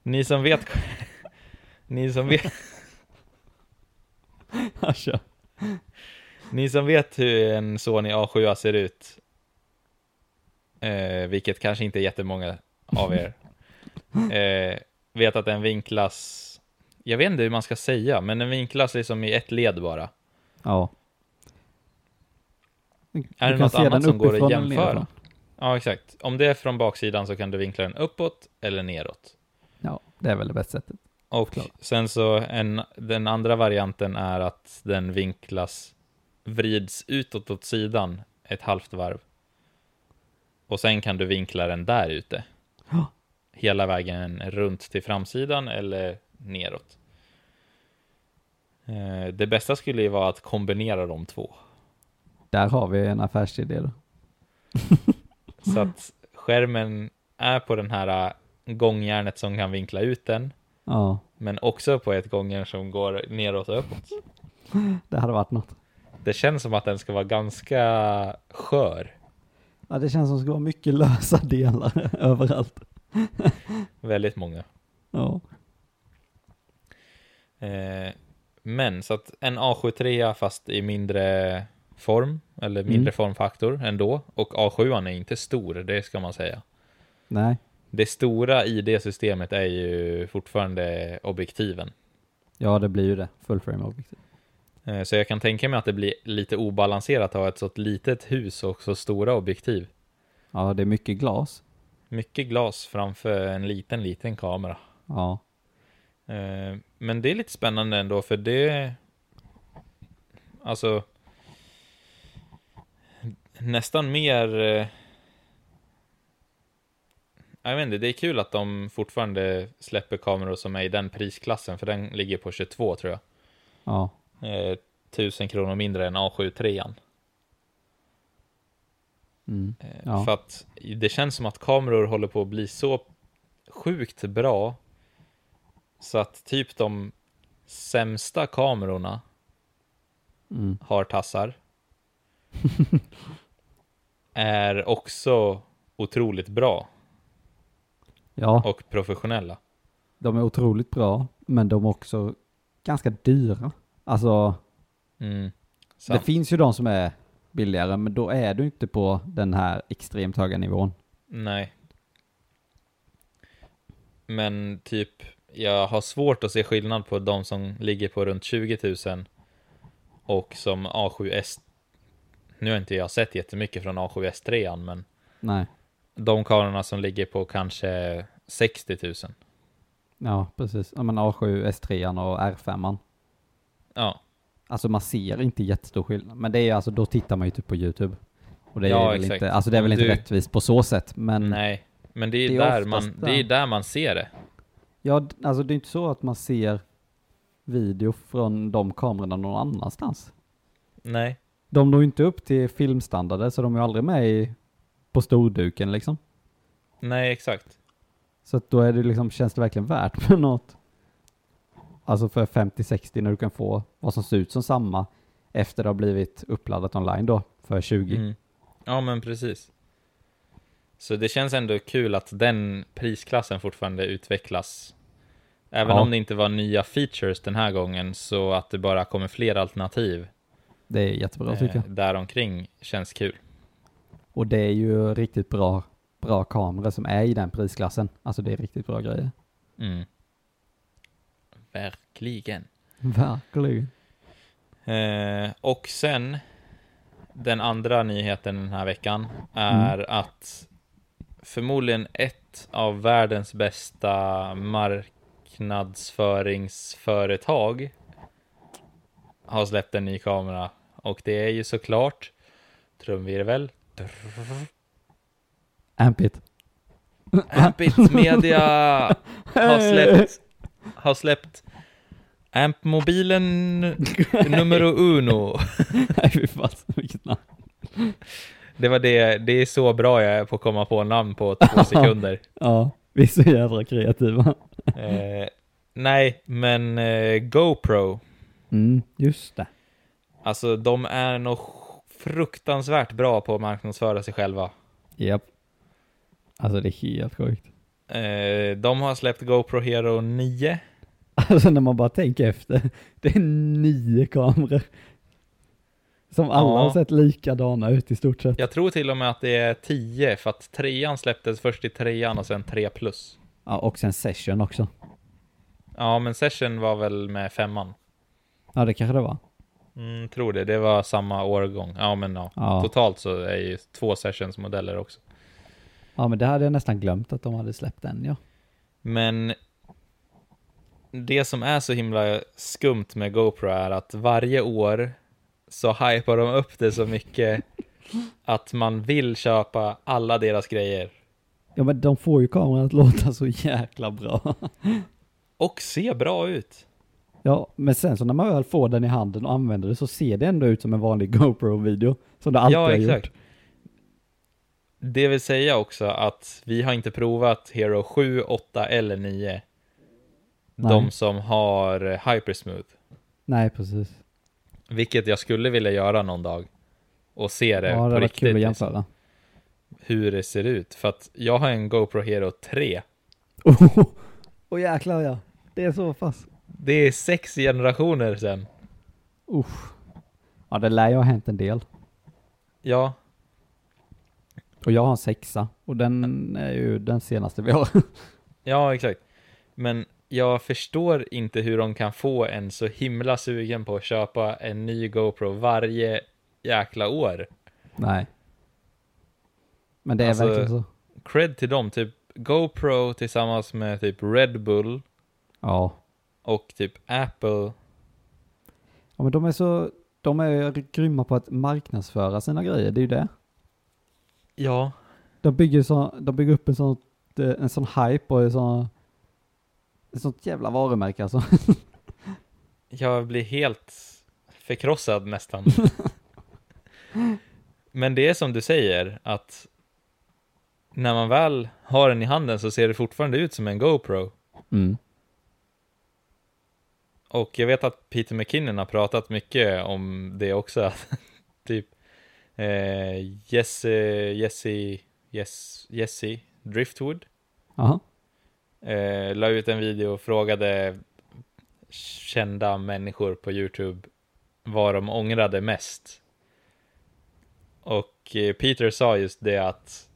S2: Ni som vet... Ni som vet...
S1: Alltså.
S2: Ni som vet hur en Sony A7 ser ut, eh, vilket kanske inte är jättemånga av er, eh, vet att den vinklas, jag vet inte hur man ska säga, men den vinklas liksom i ett led bara.
S1: Ja.
S2: Är det något annat som går att jämföra? Ja, exakt. Om det är från baksidan så kan du vinkla den uppåt eller neråt.
S1: Ja, det är väl det bästa sättet.
S2: Och
S1: Klart.
S2: sen så en, den andra varianten är att den vinklas, vrids utåt åt sidan ett halvt varv. Och sen kan du vinkla den där ute.
S1: Ja.
S2: Hela vägen runt till framsidan eller neråt. Eh, Det bästa skulle ju vara att kombinera de två.
S1: Där har vi en affärsidé då.
S2: Så
S1: Mm.
S2: att skärmen är på den här eh, gångjärnet som kan vinkla ut den,
S1: Ja,
S2: men också på ett gångjärn som går neråt och uppåt.
S1: det hade varit något.
S2: Det känns som att den ska vara ganska skör.
S1: Ja, det känns som att det ska vara mycket lösa delar överallt.
S2: Väldigt många.
S1: Ja.
S2: Eh, men så att en A73 fast i mindre form, eller mindre
S1: Mm.
S2: formfaktor ändå. Och A7 är inte stor, det ska man säga.
S1: Nej.
S2: Det stora i det systemet är ju fortfarande objektiven.
S1: Ja, det blir ju det. Full frame objektiv.
S2: Eh, Så jag kan tänka mig att det blir lite obalanserat att ha ett sånt litet hus och så stora objektiv.
S1: Ja, det är mycket glas.
S2: Mycket glas framför en liten, liten kamera.
S1: Ja.
S2: Eh, Men det är lite spännande ändå, för det... Alltså... Nästan mer... eh, Jag vet inte, det är kul att de fortfarande släpper kameror som är i den prisklassen, för den ligger på 22 tror jag.
S1: Ja.
S2: Eh, 1000 kronor mindre än A73.
S1: Mm.
S2: Eh,
S1: Ja.
S2: För att det känns som att kameror håller på att bli så sjukt bra så att typ de sämsta kamerorna
S1: Mm.
S2: har tassar är också otroligt bra
S1: Ja,
S2: och professionella.
S1: de är otroligt bra, men de är också ganska dyra. Alltså,
S2: Mm.
S1: det
S2: Sant.
S1: finns ju de som är billigare, men då är du inte på den här extremt höga nivån.
S2: Nej. Men typ, jag har svårt att se skillnad på de som ligger på runt 20 000 och som A7S. Nu har inte jag sett jättemycket från A7S3, men
S1: Nej.
S2: de kamerorna som ligger på kanske 60 000.
S1: Ja, precis. Ja, men A7, S3 och R5.
S2: Ja,
S1: Alltså man ser inte jättestor skillnad, men det är ju alltså, då tittar man ju typ på YouTube. Och det är
S2: Ja,
S1: väl
S2: exakt.
S1: inte, alltså det är väl
S2: Om
S1: inte
S2: du-
S1: rättvist på så sätt, men
S2: nej. Men det är,
S1: Mm. Det är
S2: där
S1: oftast
S2: man, det är
S1: där.
S2: där man ser det.
S1: ja, d- alltså det är inte så att man ser video från de kamerorna någon annanstans.
S2: Nej,
S1: De når ju inte upp till filmstandarder, så de är ju aldrig med i, på storduken liksom.
S2: nej exakt.
S1: Så att då är det liksom, känns det verkligen värt med något? Alltså för 50-60 när du kan få vad som ser ut som samma efter det har blivit uppladdat online då för 20.
S2: Mm. Ja, men precis. Så det känns ändå kul att den prisklassen fortfarande utvecklas. Även
S1: Ja.
S2: om det inte var nya features den här gången, så att det bara kommer fler alternativ
S1: Det är jättebra tycker
S2: eh,
S1: jag.
S2: däromkring känns kul.
S1: Och det är ju riktigt bra, bra kameror som är i den prisklassen. Alltså det är riktigt bra grejer.
S2: Mm. Verkligen.
S1: Verkligen.
S2: Eh, och sen, den andra nyheten den här veckan är att förmodligen ett av världens bästa marknadsföringsföretag har släppt en ny kamera. Och det är ju såklart, trumvirvel,
S1: Ampit.
S2: Ampit Media har släppt, har släppt Amp-mobilen numero uno.
S1: Nej fy fan, vilket namn.
S2: Det var det, det är så bra jag är på att komma på namn på två sekunder.
S1: Ja, vi är så jädra kreativa.
S2: Eh, nej, men eh, GoPro,
S1: Mm, just det.
S2: alltså de är nog fruktansvärt bra på att marknadsföra sig själva.
S1: Japp. Alltså det är helt sjukt.
S2: Eh, de har släppt GoPro Hero 9.
S1: Alltså när man bara tänker efter. Det är nio kameror. Som alla
S2: Ja.
S1: har sett likadana ut i stort sett.
S2: Jag tror till och med att det är 10, för att trean släpptes först i trean och sen 3 plus.
S1: Ja, och sen session också.
S2: Ja, men Session var väl med femman.
S1: Ja, det kanske det var.
S2: Mm, tror det, det var samma årgång. Ja, men ja.
S1: Ja.
S2: Totalt så är ju två Sessions-modeller också.
S1: Ja, men det hade jag nästan glömt att de hade släppt den, ja.
S2: Men det som är så himla skumt med GoPro är att varje år så hypar de upp det så mycket att man vill köpa alla deras grejer.
S1: Ja, men de får ju kameran att låta så jäkla bra.
S2: Och se bra ut.
S1: Ja, men sen så när man väl får den i handen och använder det så ser det ändå ut som en vanlig GoPro-video. Som det alltid
S2: ja,
S1: har
S2: exakt.
S1: gjort.
S2: Det vill säga också att vi har inte provat Hero 7, 8 eller 9. De
S1: Nej.
S2: som har Hypersmooth.
S1: Nej, precis.
S2: Vilket jag skulle vilja göra någon dag. Och se det
S1: Ja, det
S2: på
S1: hade varit
S2: riktigt.
S1: kul att
S2: liksom.
S1: jämföra.
S2: hur det ser ut. För att jag har en GoPro Hero 3.
S1: Åh oh, oh, jäklar ja. Det är så fast.
S2: Det är sex generationer sen.
S1: Usch. Ja, det lär ju ha hänt en del.
S2: Ja,
S1: Och jag har en sexa. Och den är ju den senaste vi har.
S2: ja exakt. Men jag förstår inte hur de kan få en så himla sugen på att köpa en ny GoPro varje jäkla år.
S1: Nej. Men det är
S2: Alltså-
S1: verkligen så.
S2: Cred till dem, typ GoPro tillsammans med typ Red Bull
S1: Ja.
S2: och typ Apple.
S1: Ja men de är så, de är grymma på att marknadsföra sina grejer, det är ju det.
S2: Ja,
S1: De bygger, så, de bygger upp en sån, en sån hype och en sån, ett sånt jävla varumärke alltså.
S2: Jag blir helt förkrossad nästan. Men det är som du säger, att när man väl har den i handen så ser det fortfarande ut som en GoPro.
S1: Mm.
S2: Och jag vet att Peter McKinnon har pratat mycket om det också. att typ eh, Jesse, Jesse, Jesse, Jesse Driftwood
S1: Jaha.
S2: eh, la ut en video och frågade kända människor på Youtube vad de ångrade mest. Och eh, Peter sa just det att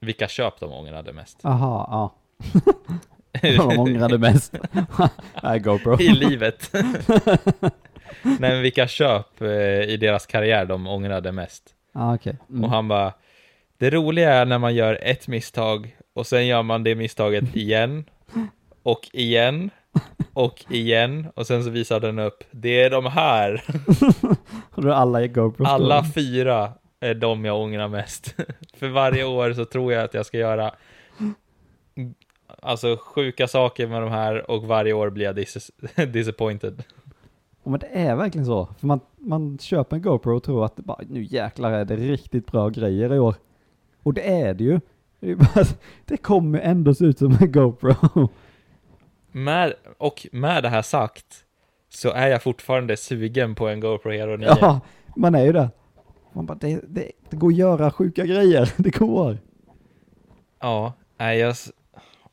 S2: vilka köp de ångrade mest
S1: Aha, ja. Vad de ångrade mest. Nej, GoPro.
S2: i livet. Nej, men vilka köp eh, i deras karriär de ångrade mest.
S1: Ja, okej. Mm.
S2: Och han bara, det roliga är när man gör ett misstag och sen gör man det misstaget igen och igen och igen och sen så visar den upp, det är de här,
S1: Och då är alla i GoPro.
S2: alla fyra är de jag ångrar mest. För varje år så tror jag att jag ska göra alltså sjuka saker med de här och varje år blir jag dis- disappointed.
S1: Ja, men det är verkligen så. För man, man köper en GoPro och tror att det bara, nu jäklar är det riktigt bra grejer i år. Och det är det ju. Det, är ju bara, att det kommer ändå se ut som en GoPro.
S2: Med, och med det här sagt så är jag fortfarande sugen på en GoPro Hero 9.
S1: Ja, man är ju det. Man bara, det, det, det går att göra sjuka grejer, det går.
S2: Ja, nej, jag... s-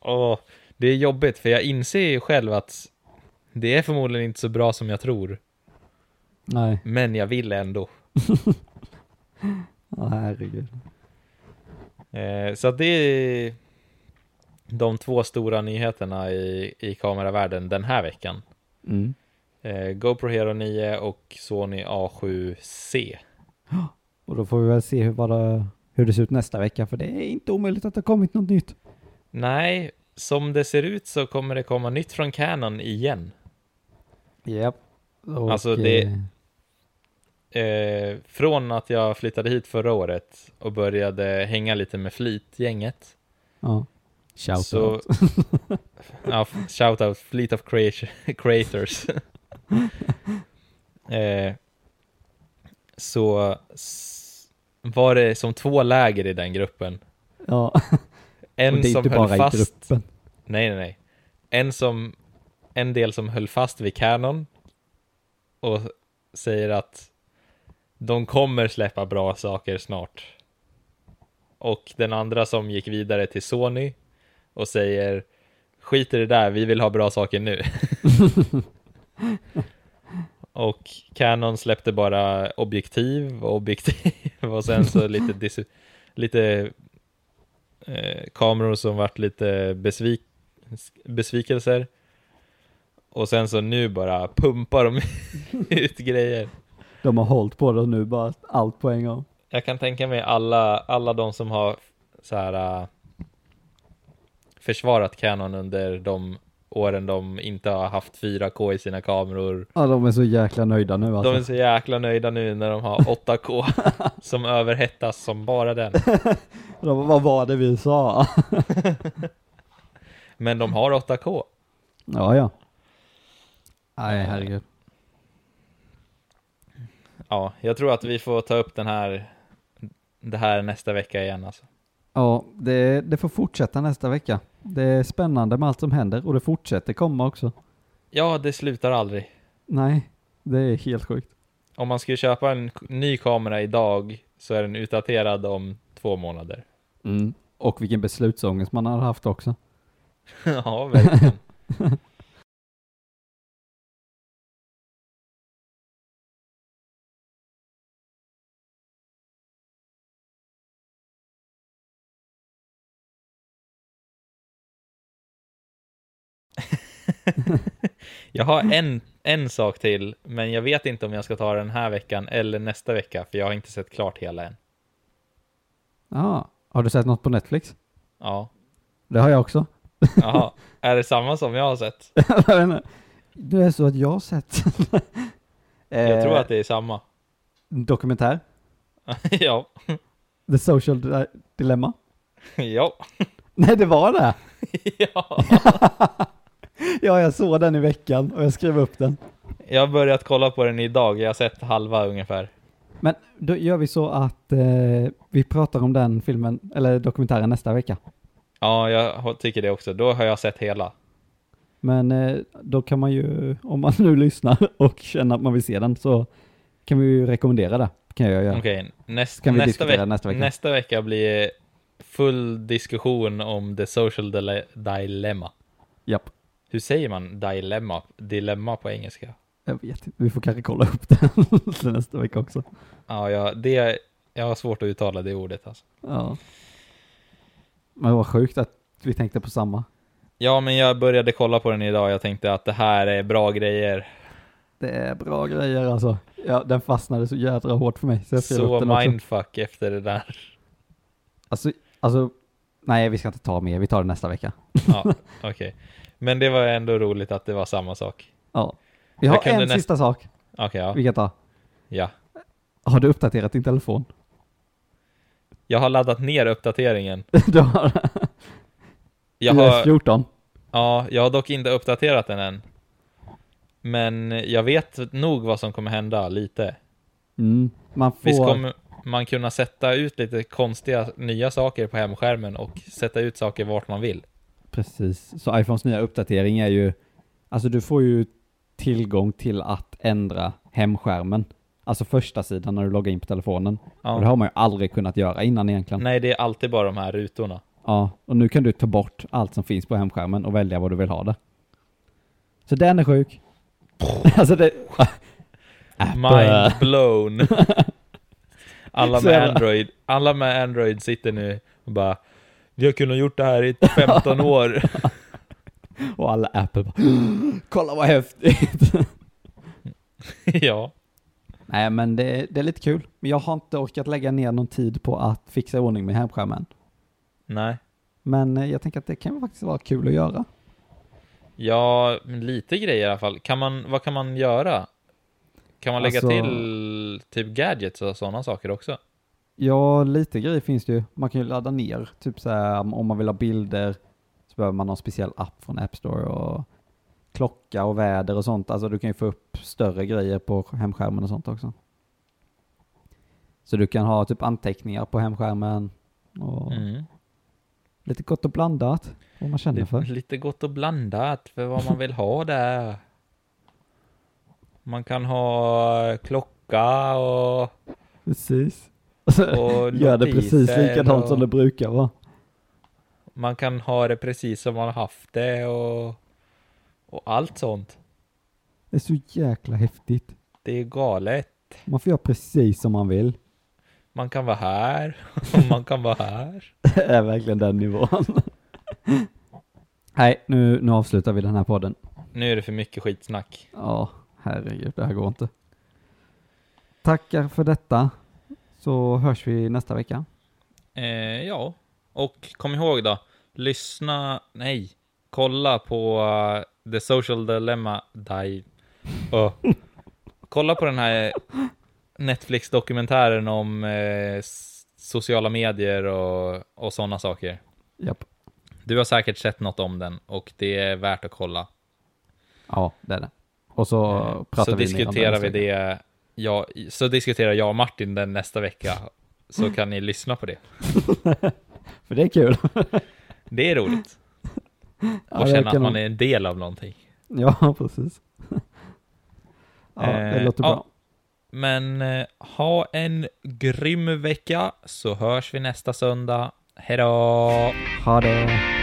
S2: Åh, det är jobbigt för jag inser ju själv att det är förmodligen inte så bra som jag tror,
S1: Nej,
S2: men jag vill ändå.
S1: ja, herregud.
S2: Eh, så att det är de två stora nyheterna i, i kameravärlden den här veckan.
S1: Mm.
S2: Eh, GoPro Hero 9 och Sony A7C.
S1: Och då får vi väl se hur, vad det, hur det ser ut nästa vecka, för det är inte omöjligt att det har kommit något nytt.
S2: Nej, som det ser ut så kommer det komma nytt från Canon igen.
S1: Japp. Och,
S2: Alltså, det-
S1: eh,
S2: Eh, från att jag flyttade hit förra året och började hänga lite med flit-gänget.
S1: Ja. Shout
S2: så...
S1: out.
S2: ja, f- shout out, Fleet of creat- Creators. eh, så s- var det som två läger i den gruppen.
S1: Ja, och
S2: En
S1: det är
S2: som
S1: inte
S2: höll
S1: bara i
S2: fast...
S1: gruppen.
S2: Nej, nej, nej. En som, en del som höll fast vid Canon och säger att de kommer släppa bra saker snart. Och den andra som gick vidare till Sony och säger skit i det där, vi vill ha bra saker nu. och Canon släppte bara objektiv och objektiv och sen så lite, dis- lite eh, kameror som vart lite besvik besvikelser. Och sen så nu bara pumpar de ut grejer.
S1: De har hållit på det nu bara allt på en gång.
S2: Jag kan tänka mig alla, alla de som har så här, äh, försvarat Canon under de åren de inte har haft 4K i sina kameror.
S1: Ja, de är så jäkla nöjda nu alltså.
S2: De är så jäkla nöjda nu när de har 8K som överhettas som bara den.
S1: De bara, vad var det vi sa?
S2: Men de har 8K.
S1: Ja, ja. Nej, herregud.
S2: Ja, jag tror att vi får ta upp den här, det här nästa vecka igen alltså.
S1: Ja, det, det får fortsätta nästa vecka. Det är spännande med allt som händer och det fortsätter komma också.
S2: Ja, det slutar aldrig.
S1: Nej, det är helt sjukt.
S2: Om man skulle köpa en k- ny kamera idag så är den utdaterad om två månader.
S1: Mm. Och vilken beslutsångest man har haft också.
S2: ja, verkligen. jag har en, en sak till, men jag vet inte om jag ska ta den här veckan eller nästa vecka, för jag har inte sett klart hela än.
S1: Ja, har du sett något på Netflix?
S2: Ja,
S1: Det har jag också.
S2: Jaha. är det samma som jag har sett?
S1: Jag vet inte. det är så att jag har sett.
S2: Jag tror
S1: Eh,
S2: att det är samma.
S1: Dokumentär.
S2: ja,
S1: The Social Di- Dilemma.
S2: ja,
S1: Nej, det var det!
S2: ja.
S1: Ja, jag såg den i veckan och jag skrev upp den.
S2: Jag har börjat kolla på den idag, jag har sett halva ungefär.
S1: Men då gör vi så att eh, vi pratar om den filmen, eller dokumentären nästa vecka.
S2: Ja, jag har- tycker det också. Då har jag sett hela.
S1: Men eh, då kan man ju, om man nu lyssnar och känner att man vill se den, så kan vi ju rekommendera det. Kan jag göra.
S2: Okej, näst,
S1: Kan vi
S2: nästa,
S1: diskutera
S2: veck-
S1: nästa vecka?
S2: nästa vecka blir full diskussion om the social dile- dilemma.
S1: Japp.
S2: Hur säger man dilemma? Dilemma på engelska?
S1: Jag vet inte, vi får kanske kolla upp den till nästa vecka också.
S2: Ja, jag, det, jag har svårt att uttala det ordet alltså.
S1: Ja. Men vad sjukt att vi tänkte på samma.
S2: Ja, men jag började kolla på den idag. Jag tänkte att det här är bra grejer.
S1: Det är bra grejer alltså. Ja, den fastnade så jädra hårt för mig. Så jag skrev upp
S2: Så
S1: den också.
S2: mindfuck efter det där.
S1: Alltså, alltså, nej vi ska inte ta mer, vi tar det nästa vecka.
S2: Ja, okej. Men det var ändå roligt att det var samma sak.
S1: Ja. Vi
S2: Jag
S1: har en
S2: kunde näst-
S1: sista sak
S2: Okej, ja.
S1: vi kan ta.
S2: ja.
S1: Har du uppdaterat din telefon?
S2: Jag har laddat ner uppdateringen.
S1: du har
S2: Jag har,
S1: 14.
S2: ja, jag har dock inte uppdaterat den än. Men jag vet nog vad som kommer hända lite.
S1: Mm. Man får...
S2: Visst kommer man kunna sätta ut lite konstiga nya saker på hemskärmen och sätta ut saker vart man vill.
S1: Precis, så iPhones nya uppdatering är ju, alltså du får ju tillgång till att ändra hemskärmen. Alltså första sidan när du loggar in på telefonen. Och det
S2: Ja. Mm.
S1: har man ju aldrig kunnat göra innan egentligen.
S2: Nej, det är alltid bara de här rutorna.
S1: Ja, och nu kan du ta bort allt som finns på hemskärmen och välja vad du vill ha det. Så den är sjuk. alltså det...
S2: Mind blown. Alla
S1: Så
S2: med
S1: jävla-
S2: Android, alla med Android sitter nu och bara vi har kunnat gjort det här i 15 år.
S1: Och alla Apple bara, Kolla vad häftigt!
S2: ja.
S1: Nej men det, det är lite kul. Men jag har inte orkat lägga ner någon tid på att fixa i ordning med hemskärmen.
S2: Nej.
S1: Men eh, jag tänker att det kan ju faktiskt vara kul att göra.
S2: Ja, men lite grejer i alla fall. Kan man, vad kan man göra? Kan man lägga
S1: Alltså-
S2: till typ gadgets och sådana saker också?
S1: Ja, lite grejer finns det ju. Man kan ju ladda ner, typ så här, om man vill ha bilder så behöver man någon speciell app från App Store och klocka och väder och sånt. Alltså du kan ju få upp större grejer på hemskärmen och sånt också. Så du kan ha typ anteckningar på hemskärmen och
S2: Mm.
S1: lite gott och blandat, vad man känner
S2: Lite,
S1: för.
S2: lite gott och blandat för vad man vill ha där. Man kan ha klocka och...
S1: Precis. Och
S2: och
S1: Gör det precis
S2: notiser
S1: likadant
S2: och
S1: som det brukar vara.
S2: Man kan ha det precis som man har haft det och, och allt sånt.
S1: Det är så jäkla häftigt.
S2: Det är galet.
S1: Man får göra precis som man vill.
S2: Man kan vara här och man kan vara här.
S1: Det är verkligen den nivån. Nej, nu, nu avslutar vi den här podden.
S2: Nu är det för mycket skitsnack.
S1: Ja, herregud, det här går inte. Tackar för detta, så hörs vi nästa vecka.
S2: Eh, ja, och kom ihåg då. Lyssna, nej, kolla på eh, The Social Dilemma. Die. Öh. kolla på den här Netflix-dokumentären om eh, s- sociala medier och, och sådana saker.
S1: Japp.
S2: Du har säkert sett något om den och det är värt att kolla.
S1: Ja, det är det. Och så
S2: Eh,
S1: pratar vi mer
S2: så
S1: om det
S2: diskuterar
S1: nästa
S2: vi
S1: vecka.
S2: det. Ja, så diskuterar jag och Martin den nästa vecka.
S1: Mm.
S2: Så kan ni lyssna på det.
S1: För det är kul.
S2: Det är roligt.
S1: Ja,
S2: Och
S1: det
S2: känna
S1: kan
S2: att man
S1: nog-
S2: är en del av någonting.
S1: Ja, precis. Ja, det
S2: Eh,
S1: låter
S2: ja.
S1: bra.
S2: Men eh, ha en grym vecka så hörs vi nästa söndag. Hej då!
S1: Ha det.